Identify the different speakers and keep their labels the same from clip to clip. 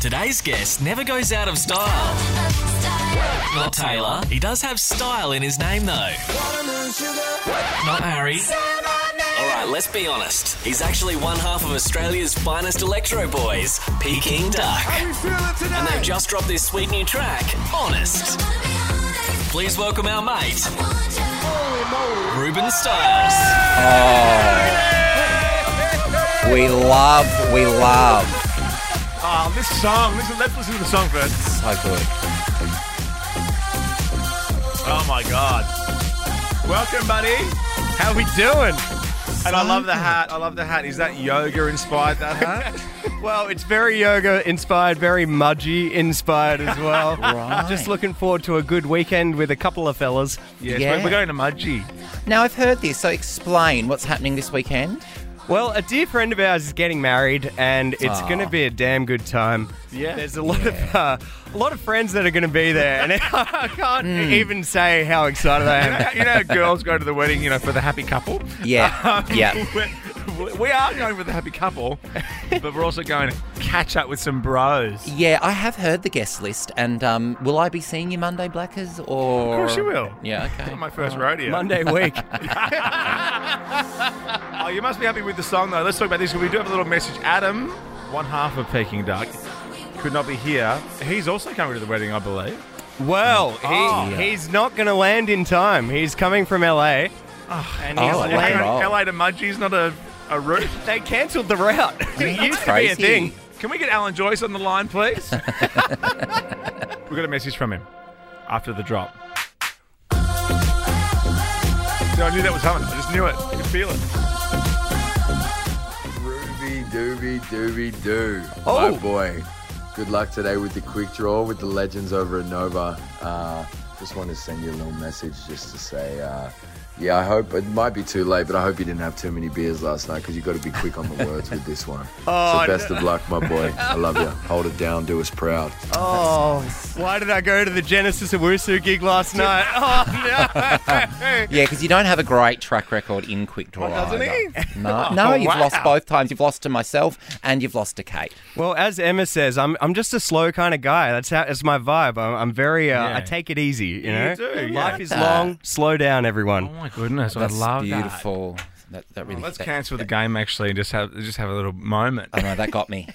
Speaker 1: Today's guest never goes out of style. Not Taylor. He does have style in his name, though. Not Harry. All right, let's be honest. He's actually one half of Australia's finest electro boys, Peking Duck.
Speaker 2: How we feeling today?
Speaker 1: And they've just dropped their sweet new track, Honest. Please welcome our mate, Ruben Stiles.
Speaker 3: We love, we love.
Speaker 2: Oh, this song. Listen, let's listen to the song first.
Speaker 3: So good.
Speaker 2: Oh my god. Welcome, buddy. How we doing? And I love the hat. I love the hat. Is that yoga inspired? That hat?
Speaker 4: Well, it's very yoga inspired, very mudgy inspired as well. Just looking forward to a good weekend with a couple of fellas.
Speaker 2: yes.
Speaker 3: Yeah.
Speaker 2: We're, we're going to Mudgee.
Speaker 3: Now I've heard this, so explain what's happening this weekend.
Speaker 4: Well, a dear friend of ours is getting married, and it's
Speaker 3: Aw.
Speaker 4: going to be a damn good time.
Speaker 2: Ah. Yeah.
Speaker 4: there's a lot of uh, a lot of friends that are going to be there, and I can't
Speaker 2: Hmm.
Speaker 4: even say how excited I am.
Speaker 2: You know, girls go to the wedding. You know, for the happy couple.
Speaker 3: Yeah, yeah.
Speaker 2: We're, we are going for the happy couple, but we're also going to catch up with some bros.
Speaker 3: Yeah, I have heard the guest list, and um, will I be seeing you Monday, Blackers? Or
Speaker 2: Of course you will.
Speaker 3: Yeah, okay.
Speaker 2: On my first rodeo.
Speaker 4: Monday week.
Speaker 2: Oh, you must be happy with the song, though. Let's talk about this. We do have a little message. Adam, one half of Peking Duck, could not be here. He's also coming to the wedding, I believe.
Speaker 4: Well, he,
Speaker 2: Oh.
Speaker 4: he's not going to land in time. He's coming from LA. and he's
Speaker 3: Oh,
Speaker 4: la-
Speaker 3: okay.
Speaker 2: Hang on,
Speaker 3: roll.
Speaker 2: LA to Mudgee's not a, a route.
Speaker 4: They cancelled the route. it used to be a
Speaker 3: crazy.
Speaker 4: thing.
Speaker 2: Can we get Alan Joyce on the line, please? we got a message from him after the drop. No, I knew that was coming. I just knew it. I could feel it.
Speaker 5: Ruby dooby dooby doo.
Speaker 4: Oh.
Speaker 5: My boy. Good luck today with the quick draw with the legends over at Nova. Uh, just wanted to send you a little message just to say, uh, yeah, I hope it might be too late, but I hope you didn't have too many beers last night because you got to be quick on the words with this one. so best of luck, my boy. I love you. Hold it down. Do us proud.
Speaker 4: Oh, why did I go to the Genesis of Wusu gig last night? Oh, no.
Speaker 3: Yeah, because you don't have a great track record in quick draw.
Speaker 2: doesn't
Speaker 3: either.
Speaker 2: he?
Speaker 3: No, no,
Speaker 2: Oh,
Speaker 3: you've
Speaker 2: wow.
Speaker 3: lost both times. You've lost to myself, and you've lost to Kate.
Speaker 4: well, as Emma says, I'm, I'm just a slow kind of guy. That's how it's my vibe. I'm, I'm very, uh,
Speaker 2: Yeah.
Speaker 4: I take it easy, you know?
Speaker 2: You do, yeah.
Speaker 4: Life is
Speaker 3: that.
Speaker 4: long. Slow down,
Speaker 2: Oh
Speaker 4: everyone.
Speaker 2: my goodness,
Speaker 3: That's
Speaker 2: I love that.
Speaker 3: beautiful. That, that really.
Speaker 2: Let's
Speaker 3: that-
Speaker 2: cancel the game actually and just have just have a little moment.
Speaker 3: I know that got me.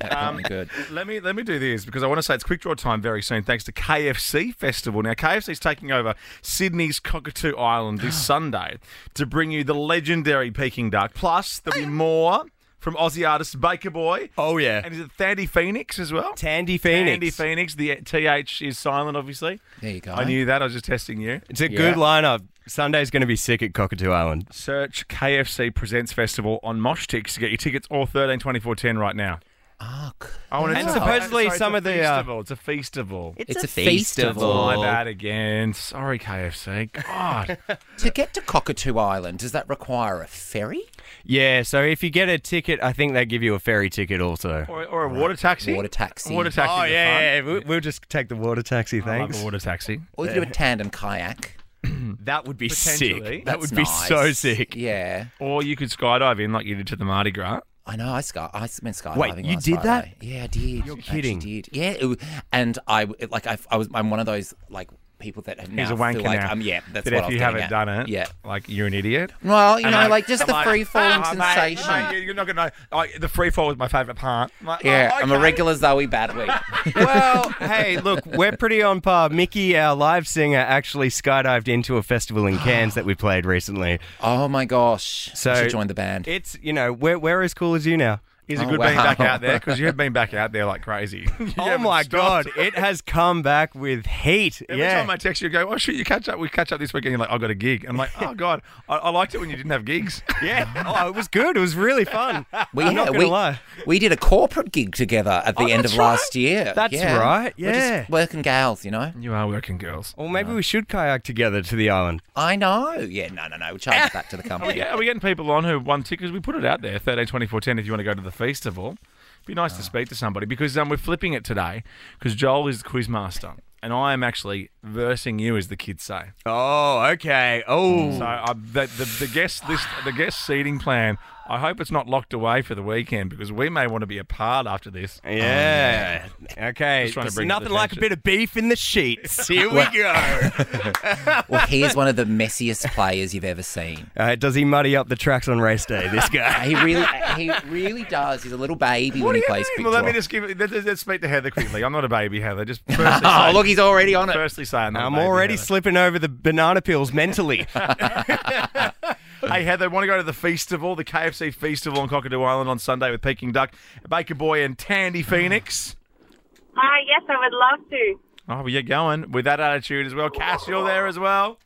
Speaker 3: That got me good.
Speaker 2: Let me let me do this because I want to say it's quick draw time very soon. Thanks to KFC Festival. Now KFC's taking over Sydney's Cockatoo Island this Sunday to bring you the legendary Peking Duck. Plus there'll be more from Aussie artist Baker Boy.
Speaker 4: Oh, yeah.
Speaker 2: and is it Thandy Phoenix as well?
Speaker 4: Tandy Phoenix.
Speaker 2: Tandy Phoenix. The TH is silent, obviously.
Speaker 3: There you go.
Speaker 2: I knew that. I was just testing you.
Speaker 4: It's a
Speaker 3: Yeah.
Speaker 4: good lineup. Sunday's going to be sick at Cockatoo Island.
Speaker 2: Search KFC Presents Festival on Moshtix to get your tickets all 13, 24, 10 right now.
Speaker 3: Oh, cool.
Speaker 2: I want
Speaker 4: And supposedly
Speaker 2: it's
Speaker 4: some
Speaker 2: a
Speaker 4: of the, uh,
Speaker 2: feastival. It's a feastival.
Speaker 3: It's, a,
Speaker 2: Oh,
Speaker 3: festival.
Speaker 2: my bad again. Sorry, KFC. God.
Speaker 3: To get to Cockatoo Island, does that require a ferry?
Speaker 4: Yeah, so if you get a ticket, I think they give you a ferry ticket also.
Speaker 2: or, or a water taxi.
Speaker 3: Water taxi.
Speaker 2: Water taxi.
Speaker 4: Oh, yeah, yeah, yeah. We'll, we'll just take the water taxi,
Speaker 2: I love
Speaker 4: thanks.
Speaker 2: a water taxi.
Speaker 3: Or you could do a tandem kayak.
Speaker 4: That would be sick.
Speaker 2: Potentially.
Speaker 4: That
Speaker 3: That's
Speaker 4: would be
Speaker 3: nice.
Speaker 4: so sick.
Speaker 3: Yeah.
Speaker 2: Or you could skydive in like you did to the Mardi Gras.
Speaker 3: I know. I sky. I s- went skydiving.
Speaker 4: Wait, you
Speaker 3: last
Speaker 4: did that?
Speaker 3: Friday. Yeah, I did.
Speaker 4: You're
Speaker 3: I
Speaker 4: kidding.
Speaker 3: Actually did. Yeah. It, wa- and I w- it, like I, I was. I'm one of those like people that have now
Speaker 2: He's a wanker
Speaker 3: feel like,
Speaker 2: now.
Speaker 3: Um, yeah, that's what
Speaker 2: but if
Speaker 3: I was
Speaker 2: you
Speaker 3: getting
Speaker 2: haven't
Speaker 3: at.
Speaker 2: done it,
Speaker 3: Yeah.
Speaker 2: like you're an idiot.
Speaker 3: Well, you
Speaker 2: And
Speaker 3: know,
Speaker 2: I-
Speaker 3: like just the
Speaker 2: I'm like,
Speaker 3: free falling
Speaker 2: "Oh, mate,
Speaker 3: sensation.
Speaker 2: mate, you're not gonna. Like, the free fall was my favourite part. I'm like,
Speaker 3: yeah,
Speaker 2: "Oh,
Speaker 3: I'm a
Speaker 2: okay."
Speaker 3: regular Zoe Badwig.
Speaker 4: well, hey, look, we're pretty on par. Mickey, our live singer, actually skydived into a festival in Cairns that we played recently.
Speaker 3: oh my gosh!
Speaker 4: So-
Speaker 3: I should join the band.
Speaker 4: It's, you know, we're, we're as cool as you now.
Speaker 2: Is it
Speaker 3: Oh,
Speaker 2: good being back
Speaker 3: wow.
Speaker 2: out there? Because you have been back out there like crazy. You
Speaker 4: oh
Speaker 2: haven't
Speaker 4: my
Speaker 2: stopped.
Speaker 4: God, it has come back with heat.
Speaker 2: Every
Speaker 4: yeah.
Speaker 2: time I text you, go, oh, shoot, you catch up. We catch up this weekend. You're like, I got a gig. And I'm like, oh, God, I, I liked it when you didn't have gigs.
Speaker 4: yeah. Oh, it was good. It was really fun.
Speaker 3: We,
Speaker 4: I'm not
Speaker 3: yeah,
Speaker 4: gonna
Speaker 3: we,
Speaker 4: lie.
Speaker 3: we did a corporate gig together
Speaker 2: Oh,
Speaker 3: at the end of
Speaker 4: that's right.
Speaker 3: last year.
Speaker 4: That's
Speaker 3: Yeah.
Speaker 4: right,
Speaker 3: We're
Speaker 4: yeah.
Speaker 3: just working gals, you know.
Speaker 2: You are working girls.
Speaker 4: Or maybe we should kayak together to the island.
Speaker 3: I know. Yeah, no, no, no. We charge it back to the company.
Speaker 2: Oh, Yeah, are we getting people on who won tickets? We put it out there, 13, 24, 10, if you want to go to the festival. Be nice
Speaker 4: Ah.
Speaker 2: to speak to somebody because um, we're flipping it today because Joel is the quiz master and I am actually versing you, as the kids say. uh,
Speaker 4: Oh, okay. Oh.
Speaker 2: So I, the, the, the guest list, the guest seating plan I hope it's not locked away for the weekend because we may want to be apart after this.
Speaker 4: Yeah. Okay.
Speaker 2: Just trying to
Speaker 4: There's
Speaker 2: bring it to
Speaker 4: nothing like a
Speaker 2: attention.
Speaker 4: bit of beef in the sheets. Here we go.
Speaker 3: Well, he is one of the messiest players you've ever seen.
Speaker 4: Uh, does he muddy up the tracks on race day? This guy.
Speaker 3: He really, he really does. He's a little baby when he plays
Speaker 2: Well, let me
Speaker 3: cricket.
Speaker 2: just give. Let's, let's speak to Heather quickly. I'm not a baby, Heather. Just firstly
Speaker 3: Oh,
Speaker 2: say,
Speaker 3: look, he's already on it.
Speaker 2: firstly say I'm, not a
Speaker 4: I'm
Speaker 2: baby,
Speaker 4: already
Speaker 2: Heather.
Speaker 4: slipping over the banana peels mentally.
Speaker 2: Hey, Heather, want to go to the festival, the KFC festival on Cockatoo Island on Sunday with Peking Duck, Baker Boy, and Tandy Phoenix.
Speaker 6: Uh, yes, I would love to.
Speaker 2: Oh, well, you're going with that attitude as well. Cass, you're there as well.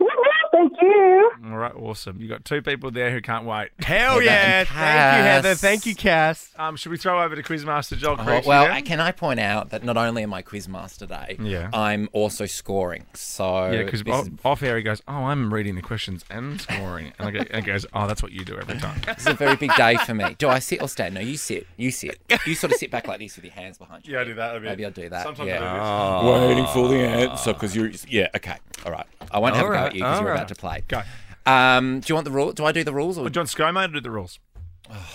Speaker 6: Thank you.
Speaker 2: All right, awesome. You got two people there who can't wait.
Speaker 4: Hell yeah.
Speaker 3: and
Speaker 4: Thank you, Heather.
Speaker 3: Cass.
Speaker 4: Thank you, Cass.
Speaker 2: Um, should we throw over to Quizmaster Joel
Speaker 3: Oh,
Speaker 2: Creech?
Speaker 3: well,
Speaker 2: now?
Speaker 3: can I point out that not only am I quizmaster today,
Speaker 2: Yeah.
Speaker 3: I'm also scoring. So
Speaker 2: Yeah, because
Speaker 3: this
Speaker 2: off,
Speaker 3: is-
Speaker 2: off air he goes, "Oh, I'm reading the questions and scoring," it." and I go, and he goes, "Oh, that's what you do every time."
Speaker 3: This is a very big day for me. Do I sit or stand? No, you sit. You sit. You sort of sit back like this with your hands behind you.
Speaker 2: Yeah, I do that. I mean,
Speaker 3: Maybe I'll do that.
Speaker 2: Sometimes
Speaker 3: yeah.
Speaker 2: I
Speaker 3: Waiting for the answer because you're. Yeah, okay. All right. I won't have a go
Speaker 4: right,
Speaker 3: at you because
Speaker 4: all
Speaker 3: you're
Speaker 4: right.
Speaker 3: about to play.
Speaker 2: do this.
Speaker 3: Um, do you want the rule? Do I do the rules? Or
Speaker 2: Go, John ScoMo to do the rules.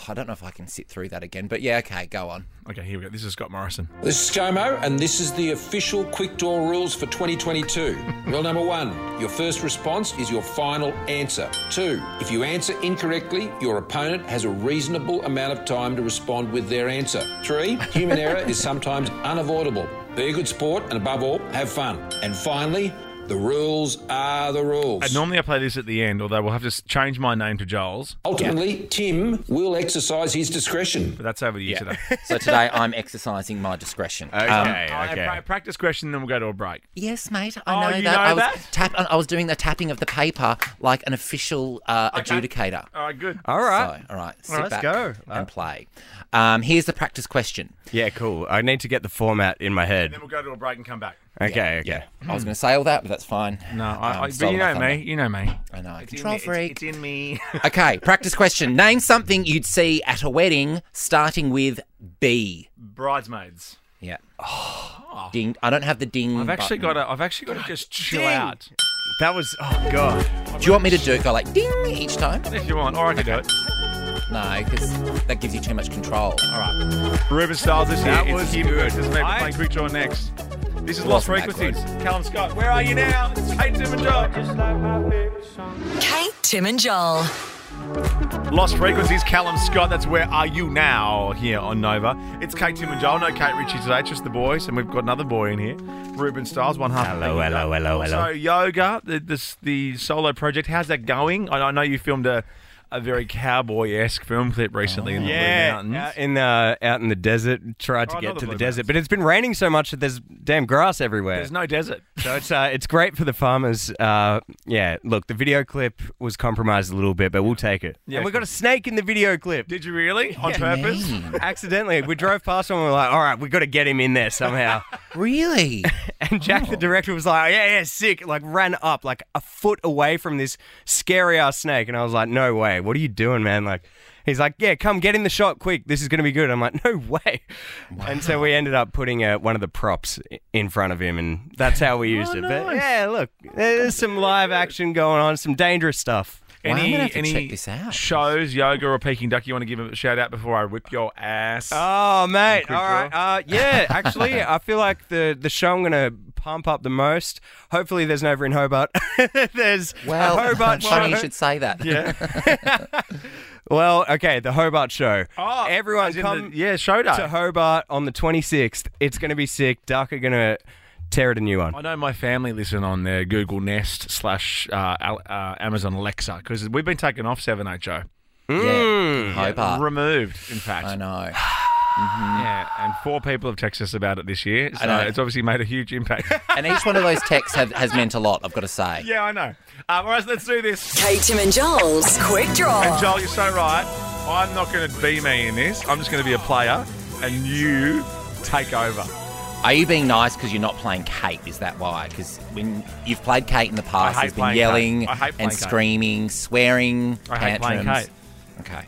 Speaker 3: I don't know if I can sit through that again. But yeah, okay, go on.
Speaker 2: Okay, here we go. This is Scott Morrison.
Speaker 7: This is ScoMo, and this is the official quick door rules for 2022. Rule number one your first response is your final answer. Two, if you answer incorrectly, your opponent has a reasonable amount of time to respond with their answer. Three, human error is sometimes unavoidable. Be a good sport, and above all, have fun. And finally, the rules are the rules.
Speaker 2: And Uh, normally I play this at the end, although we'll have to s- change my name to Joel's,
Speaker 7: Ultimately, Tim will exercise his discretion.
Speaker 2: but that's over to you today.
Speaker 3: So today I'm exercising my discretion. Um, Okay.
Speaker 2: All right, pra- practice question, then we'll go to a break.
Speaker 3: yes, mate.
Speaker 2: Oh,
Speaker 3: I know
Speaker 2: you
Speaker 3: that.
Speaker 2: know
Speaker 3: I was
Speaker 2: that?
Speaker 3: tap. I was doing the tapping of the paper like an official uh, adjudicator.
Speaker 2: All right, good.
Speaker 4: All right.
Speaker 3: So, all right, sit
Speaker 4: let's
Speaker 3: back
Speaker 4: go.
Speaker 3: and play. Um, here's the practice question.
Speaker 4: Yeah, cool. I need to get the format in my head.
Speaker 2: Then we'll go to a break and come back.
Speaker 4: Okay, okay.
Speaker 3: I was going to say all that, but that's fine.
Speaker 2: Hmm. No, I,
Speaker 3: Um,
Speaker 2: I, but
Speaker 3: stolen
Speaker 2: you
Speaker 3: my
Speaker 2: know
Speaker 3: thunder.
Speaker 2: me. You know me.
Speaker 3: I know. Control freak.
Speaker 2: in me.
Speaker 3: Okay, practice question. Name something you'd see at a wedding starting with B.
Speaker 2: Bridesmaids.
Speaker 3: Yeah. Ding. I don't have the ding.
Speaker 2: Oh. I've actually
Speaker 3: button.
Speaker 2: got to. I've actually got to just chill
Speaker 4: Ding.
Speaker 2: out.
Speaker 4: That was, oh, God.
Speaker 3: Do you want me to do go like ding each time?
Speaker 2: If you want, or I can do it.
Speaker 3: No, because that gives you too much control.
Speaker 2: All right. Ruben Styles is here.
Speaker 4: That
Speaker 2: It's
Speaker 4: was
Speaker 2: him
Speaker 4: good.
Speaker 2: versus me. We're
Speaker 4: I-
Speaker 2: playing Quick Draw next. This is Lost
Speaker 3: Wasn't that
Speaker 2: Frequencies. Callum Scott, where are you now? It's Kate Tim and Joel.
Speaker 8: Kate, Tim, and Joel.
Speaker 2: Lost Frequencies, Callum Scott. That's where are you now here on Nova. It's Kate Tim and Joel. No Kate Ritchie today. It's just the boys, and we've got another boy in here. Ruben Styles, one half. of
Speaker 4: Hello,
Speaker 2: Pink
Speaker 4: hello,
Speaker 2: Dot.
Speaker 4: hello, hello.
Speaker 2: Also, yoga. The, this the solo project. How's that going? I, I know you filmed a. A very cowboy-esque film clip recently in the Blue Mountains.
Speaker 4: out in the out in the desert. Tried to
Speaker 2: Oh,
Speaker 4: get
Speaker 2: another
Speaker 4: to the
Speaker 2: blue
Speaker 4: desert,
Speaker 2: mountain.
Speaker 4: but it's been raining so much that there's damn grass everywhere.
Speaker 2: There's no desert.
Speaker 4: so it's uh, it's great for the farmers. Uh, yeah, look, the video clip was compromised a little bit, but we'll take it.
Speaker 2: Yeah,
Speaker 4: and we
Speaker 2: cool.
Speaker 4: got a snake in the video clip.
Speaker 2: Did you really? On purpose?
Speaker 3: Oh,
Speaker 4: Accidentally, we drove past one. We were like, "All right, we got to get him in there somehow."
Speaker 3: Really?
Speaker 4: And Jack,
Speaker 3: Oh.
Speaker 4: the director, was like, "Yeah, yeah, sick!" Like ran up like a foot away from this scary ass snake, and I was like, "No way! What are you doing, man?" Like, he's like, "Yeah, come get in the shot quick. This is gonna be good." I'm like, "No way!" And so we ended up putting uh, one of the props i- in front of him, and that's how
Speaker 3: Oh,
Speaker 4: we used it. But yeah, look, there's some live action going on, some dangerous stuff.
Speaker 3: Wow, I'm gonna have to check this out.
Speaker 2: shows, yoga or Peking Duck you want to give a shout out before I whip your ass?
Speaker 4: Oh mate,
Speaker 2: Quick
Speaker 4: all right. Uh, yeah, actually, I feel like the the show I'm gonna pump up the most. Hopefully, there's Nova in Hobart. there's
Speaker 3: Well,
Speaker 4: a Hobart
Speaker 3: funny you
Speaker 4: show.
Speaker 3: should say that. Yeah.
Speaker 4: Well, okay, the Hobart show.
Speaker 2: Oh,
Speaker 4: Everyone
Speaker 2: as in
Speaker 4: come
Speaker 2: the- yeah, show day.
Speaker 4: to Hobart on the 26th. It's going to be sick. Duck are going to tear it a new one.
Speaker 2: I know my family listen on their Google Nest slash uh, Al- uh, Amazon Alexa because we've been taken off 7HO. Mm.
Speaker 3: Hobart.
Speaker 2: Removed, in fact.
Speaker 3: I know.
Speaker 2: Yeah, and four people have texted us about it this year, so
Speaker 3: know.
Speaker 2: it's obviously made a huge impact.
Speaker 3: And each one of those texts have, has meant a lot, I've got to say.
Speaker 2: yeah, I know. Um, all right, let's do this.
Speaker 8: Kate, Tim, and Joel's quick draw.
Speaker 2: And Joel, you're so right. I'm not going to be me in this. I'm just going to be a player, and you take over.
Speaker 3: Are you being nice because you're not playing Kate? Is that why? Because when you've played Kate in the past,
Speaker 2: hate
Speaker 3: there's been
Speaker 2: playing Kate.
Speaker 3: yelling
Speaker 2: I hate playing
Speaker 3: and
Speaker 2: Kate.
Speaker 3: screaming, swearing,
Speaker 2: I hate playing
Speaker 3: tantrums. Okay.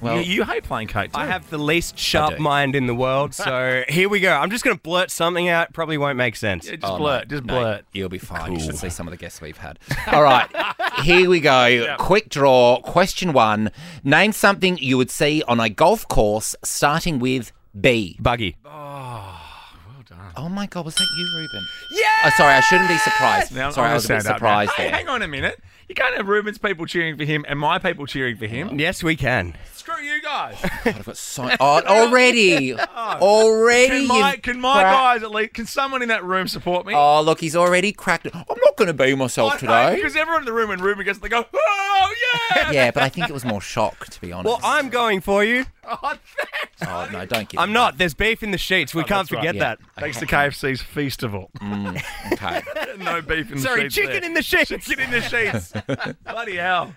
Speaker 3: Well,
Speaker 2: you, you hate playing Kate, too.
Speaker 4: I have the least sharp
Speaker 3: do.
Speaker 4: mind in the world, so here we go. I'm just going to blurt something out. Probably won't make sense.
Speaker 2: Yeah, just
Speaker 3: Oh, no,
Speaker 2: blurt, just
Speaker 3: no,
Speaker 2: blurt.
Speaker 3: You'll be fine. You should see some of the guests we've had. All right, here we go. Quick draw. Question one. Name something you would see on a golf course starting with B.
Speaker 4: Buggy.
Speaker 3: Oh my God, was that you, Ruben? Yeah. Oh, sorry, I shouldn't be surprised.
Speaker 2: Now, I'm
Speaker 3: sorry, I
Speaker 2: gonna
Speaker 3: was a bit
Speaker 2: stand up now.
Speaker 3: surprised
Speaker 2: Hey,
Speaker 3: there.
Speaker 2: hang on a minute. You can't have Ruben's people cheering for him and my people cheering for him.
Speaker 4: Yes, we can.
Speaker 2: Screw you guys.
Speaker 3: God, I've got so oh, already, already.
Speaker 2: Can my,
Speaker 3: you've
Speaker 2: can my
Speaker 3: cra-
Speaker 2: guys at least, can someone in that room support me?
Speaker 3: Oh look, he's already cracked. it. I'm not going to be myself today.
Speaker 2: Because everyone in the room, when Ruben gets, they go, oh, yeah.
Speaker 3: Yeah, but I think it was more shock, to be honest.
Speaker 4: Well, I'm going for you.
Speaker 2: Oh, thanks.
Speaker 3: Oh no, don't give.
Speaker 4: I'm
Speaker 3: me
Speaker 4: not. There's beef in the sheets. We can't
Speaker 2: Oh, that's right.
Speaker 4: forget
Speaker 3: Yeah.
Speaker 4: that.
Speaker 2: Thanks to KFC's Festival.
Speaker 3: that. Okay.
Speaker 2: no beef in
Speaker 4: Sorry,
Speaker 2: the sheets.
Speaker 4: chicken
Speaker 2: there.
Speaker 4: in the sheets.
Speaker 2: Chicken in the sheets. Bloody hell.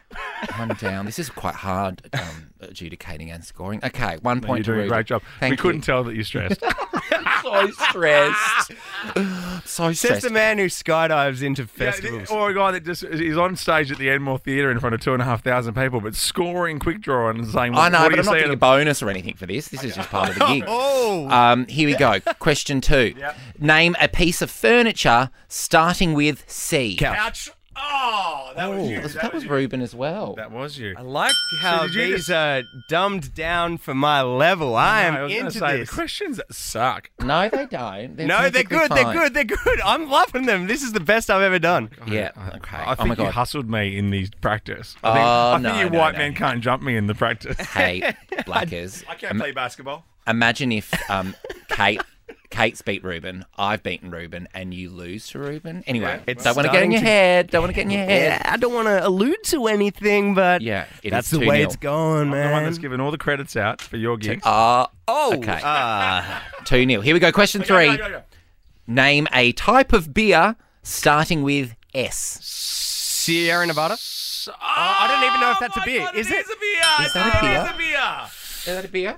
Speaker 3: One down. This is quite hard um, adjudicating and scoring. Okay, one
Speaker 2: You're
Speaker 3: point. to
Speaker 2: doing a
Speaker 3: Ruben.
Speaker 2: great job.
Speaker 3: Thank
Speaker 2: we
Speaker 3: you.
Speaker 2: couldn't tell that you're stressed.
Speaker 3: So stressed. so
Speaker 4: Says
Speaker 3: stressed.
Speaker 4: the man who skydives into
Speaker 2: Yeah, oh,
Speaker 4: festivals.
Speaker 2: or a guy that just is on stage at the Enmore Theatre in front of two and a half thousand people, but scoring quick draw and saying,
Speaker 3: I
Speaker 2: "What,
Speaker 3: know, but
Speaker 2: what do
Speaker 3: I'm
Speaker 2: you
Speaker 3: not
Speaker 2: see
Speaker 3: getting
Speaker 2: at
Speaker 3: a bonus or anything for this. This is just part of the gig.
Speaker 4: Oh.
Speaker 3: Um, here we go. Question two. Name a piece of furniture starting with C.
Speaker 4: Couch.
Speaker 2: Ouch. Oh, that was
Speaker 3: Oh,
Speaker 2: you.
Speaker 3: that was, that was Ruben as well.
Speaker 2: That was you.
Speaker 4: I like how
Speaker 2: did you
Speaker 4: these
Speaker 2: just-
Speaker 4: are dumbed down for my level. I, am
Speaker 2: I was gonna
Speaker 4: into
Speaker 2: say,
Speaker 4: this.
Speaker 2: The questions suck.
Speaker 3: No, they don't. They're
Speaker 4: no, they're
Speaker 3: perfectly
Speaker 4: good. They're
Speaker 3: fine.
Speaker 4: good. They're good. I'm loving them. This is the best I've ever done.
Speaker 3: Yeah. Okay.
Speaker 2: I
Speaker 3: oh
Speaker 2: think
Speaker 3: my
Speaker 2: you
Speaker 3: god.
Speaker 2: hustled me in these practice. I
Speaker 3: Oh,
Speaker 2: think, I
Speaker 3: no,
Speaker 2: think you
Speaker 3: no,
Speaker 2: white
Speaker 3: no.
Speaker 2: men can't jump me in the practice.
Speaker 3: hey, blackers.
Speaker 2: I can't play basketball.
Speaker 3: Imagine if um, Kate. Kate's beat Ruben. I've beaten Ruben, and you lose to Ruben. Anyway,
Speaker 4: It's
Speaker 3: don't want to get
Speaker 4: starting
Speaker 3: in your
Speaker 4: to-
Speaker 3: head. Don't want to get in your head.
Speaker 4: I don't want to allude to anything, but
Speaker 3: Yeah, it is
Speaker 4: that's the
Speaker 3: 2-0.
Speaker 4: way it's going,
Speaker 2: I'm the one that's
Speaker 4: man.
Speaker 2: giving all the credits out for your gigs.
Speaker 3: Ah,
Speaker 4: Oh,
Speaker 3: Okay.
Speaker 4: uh,
Speaker 3: Ah. two 0 Here we go. Question three.
Speaker 2: Go, go, go, go.
Speaker 3: Name a type of beer starting with S.
Speaker 4: Sierra Nevada.
Speaker 2: Oh,
Speaker 4: I don't even know if that's a beer. Is it?
Speaker 2: a beer.
Speaker 3: Is that a
Speaker 2: It
Speaker 3: beer?
Speaker 2: is a beer.
Speaker 3: Is that a beer?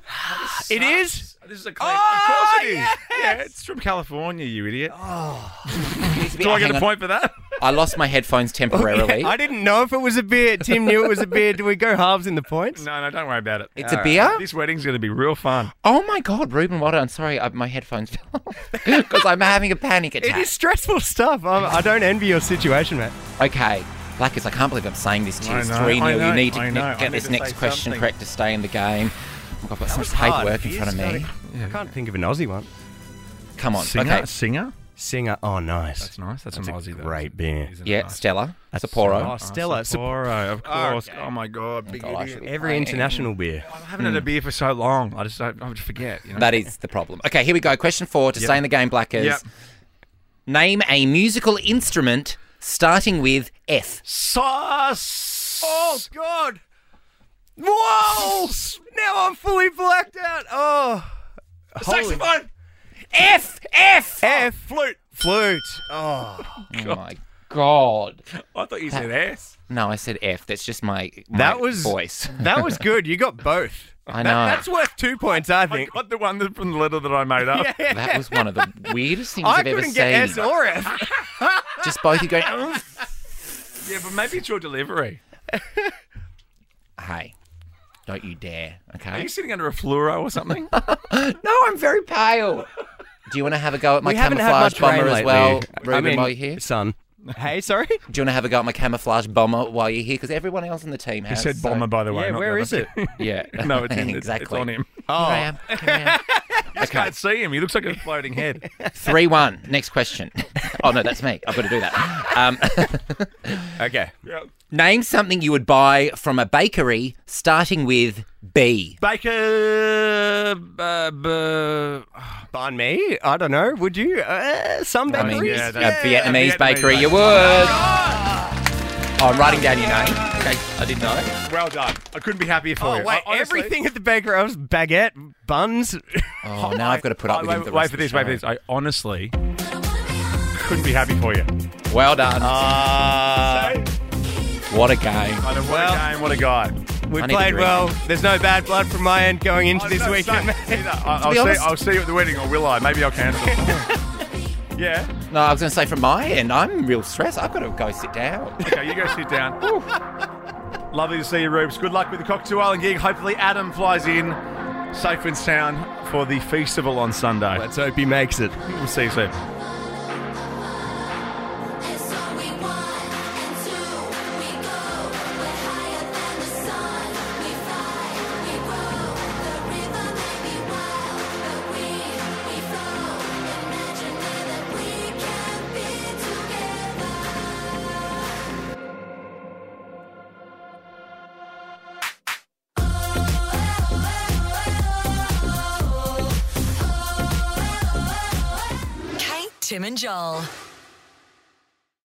Speaker 4: It is.
Speaker 2: This is a claim.
Speaker 4: Oh,
Speaker 2: of course it is. Yeah, it's from California, you idiot. Do I
Speaker 3: Hang
Speaker 2: get a
Speaker 3: on.
Speaker 2: point for that?
Speaker 3: I lost my headphones temporarily.
Speaker 4: I didn't know if it was a beer. Tim knew it was a beer. Do we go halves in the points?
Speaker 2: No, no, don't worry about it.
Speaker 3: It's a beer?
Speaker 2: This wedding's going to be real fun.
Speaker 3: Oh my God, Ruben, well done. Sorry, I, my headphones fell off because I'm having a panic
Speaker 4: It
Speaker 3: attack.
Speaker 4: is stressful stuff. I'm, I don't envy your situation, mate.
Speaker 3: Okay, Blackers, I can't believe I'm saying this to you.
Speaker 2: I
Speaker 3: It's
Speaker 2: know,
Speaker 3: 3 0.
Speaker 2: I
Speaker 3: You
Speaker 2: know,
Speaker 3: need to
Speaker 2: I
Speaker 3: ne-
Speaker 2: know. I
Speaker 3: get
Speaker 2: need
Speaker 3: this
Speaker 2: to
Speaker 3: next
Speaker 2: say
Speaker 3: question
Speaker 2: something.
Speaker 3: correct to stay in the game. Oh my God, I've got so much paperwork in front of me.
Speaker 4: I can't think of an Aussie one.
Speaker 3: Come on.
Speaker 2: Singer,
Speaker 3: Oh, Okay.
Speaker 2: singer.
Speaker 4: Singer. Oh, nice.
Speaker 2: That's nice. That's, an Aussie. though.
Speaker 4: Great beer.
Speaker 2: Isn't it
Speaker 3: Yeah,
Speaker 2: nice?
Speaker 3: Stella. Sapporo.
Speaker 4: Oh, Stella.
Speaker 2: Sapporo, of course. Oh my god, big
Speaker 3: God, I
Speaker 2: idiot.
Speaker 3: should be
Speaker 4: Every
Speaker 3: playing.
Speaker 4: international beer.
Speaker 2: I haven't had a beer for so long. I just don't. I just forget. You know?
Speaker 3: That is the problem. Okay, here we go. Question four to stay in the game, Blackers.
Speaker 2: Yep.
Speaker 3: Name a musical instrument starting with F.
Speaker 2: sauce.
Speaker 4: Oh God! Whoa! Now I'm fully blacked out. Oh,
Speaker 2: saxophone.
Speaker 3: F! F!
Speaker 4: F flute, flute. Oh,
Speaker 3: Oh my God.
Speaker 2: I thought you said ass.
Speaker 3: No, I said F. That's just my, my
Speaker 4: That was-
Speaker 3: voice.
Speaker 4: that was good. You got both. That-
Speaker 3: I know.
Speaker 4: that's worth two points, I think.
Speaker 2: Got the one that, from the letter that I made up.
Speaker 3: That was one of the weirdest things I
Speaker 4: I
Speaker 3: have ever
Speaker 4: couldn't
Speaker 3: seen.
Speaker 4: get S or F.
Speaker 3: Just both you going, "Oh."
Speaker 2: Yeah, but maybe it's your delivery.
Speaker 3: hey, don't you dare,
Speaker 2: Are
Speaker 3: okay?
Speaker 2: you sitting under a fluoro or something?
Speaker 3: No, I'm very pale. Do you want to have a go at my
Speaker 4: we haven't had
Speaker 3: camouflage
Speaker 4: much
Speaker 3: bomber
Speaker 4: rain
Speaker 3: as well,
Speaker 4: lately.
Speaker 3: Ruben,
Speaker 4: I mean,
Speaker 3: while you're here?
Speaker 4: son. Hey, sorry.
Speaker 3: Do you want to have a go at my camouflage bomber while you're here? Because everyone else in the team
Speaker 2: He
Speaker 3: has.
Speaker 2: said
Speaker 3: so-
Speaker 2: bomber, by the way.
Speaker 4: yeah,
Speaker 2: not the
Speaker 4: where
Speaker 2: other
Speaker 4: is it?
Speaker 3: Yeah.
Speaker 2: No, it's in, it's-
Speaker 3: exactly.
Speaker 2: It's on him.
Speaker 3: Oh. Here I am. Come around. okay.
Speaker 2: Can't see him. He looks like a floating head.
Speaker 3: 3 1. Next question. oh, no, that's me. I've got to do that. Um,
Speaker 4: Okay.
Speaker 2: yeah.
Speaker 3: name something you would buy from a bakery starting with B.
Speaker 2: Baker. Uh, bu-
Speaker 4: Banh uh, me? I don't know. Would you? Uh, some
Speaker 3: I mean,
Speaker 4: bakeries.
Speaker 2: yeah, that-
Speaker 3: a Vietnamese
Speaker 2: Vietnamese
Speaker 3: bakery. You
Speaker 2: bakery.
Speaker 3: would. Oh, I'm writing down your name. Okay, I didn't know.
Speaker 2: well done. I couldn't be happier for
Speaker 4: Oh
Speaker 2: you.
Speaker 4: wait!
Speaker 2: I- honestly-
Speaker 4: Everything at the bakery. I was baguette, buns.
Speaker 3: Oh, now I've got to put
Speaker 2: Oh,
Speaker 3: up with
Speaker 2: wait,
Speaker 3: him. The
Speaker 2: wait
Speaker 3: rest
Speaker 2: for
Speaker 3: of the
Speaker 2: this. Wait for
Speaker 3: show.
Speaker 2: this. I honestly couldn't be happy for you.
Speaker 3: Well done.
Speaker 4: Uh,
Speaker 3: what a game.
Speaker 2: I know, what
Speaker 4: Well-
Speaker 2: a game. What a guy.
Speaker 4: we
Speaker 3: I need a
Speaker 4: played
Speaker 3: drink.
Speaker 4: well. There's no bad blood from my end going into
Speaker 2: I
Speaker 4: this
Speaker 2: don't
Speaker 4: weekend.
Speaker 2: know, either. I- I'll,
Speaker 3: be honest-
Speaker 2: Oh, see, I'll see you at the wedding, or will I? Maybe I'll cancel. yeah.
Speaker 3: No, I was going to say from my end, I'm real stressed. I've got to go sit down.
Speaker 2: Okay, you go sit down. Lovely to see you, Roops. Good luck with the Cocktail Island gig. Hopefully, Adam flies in safe and sound for the festival on Sunday.
Speaker 4: Let's hope he makes it.
Speaker 2: We'll see you soon.
Speaker 8: Kate, Tim, and Joel.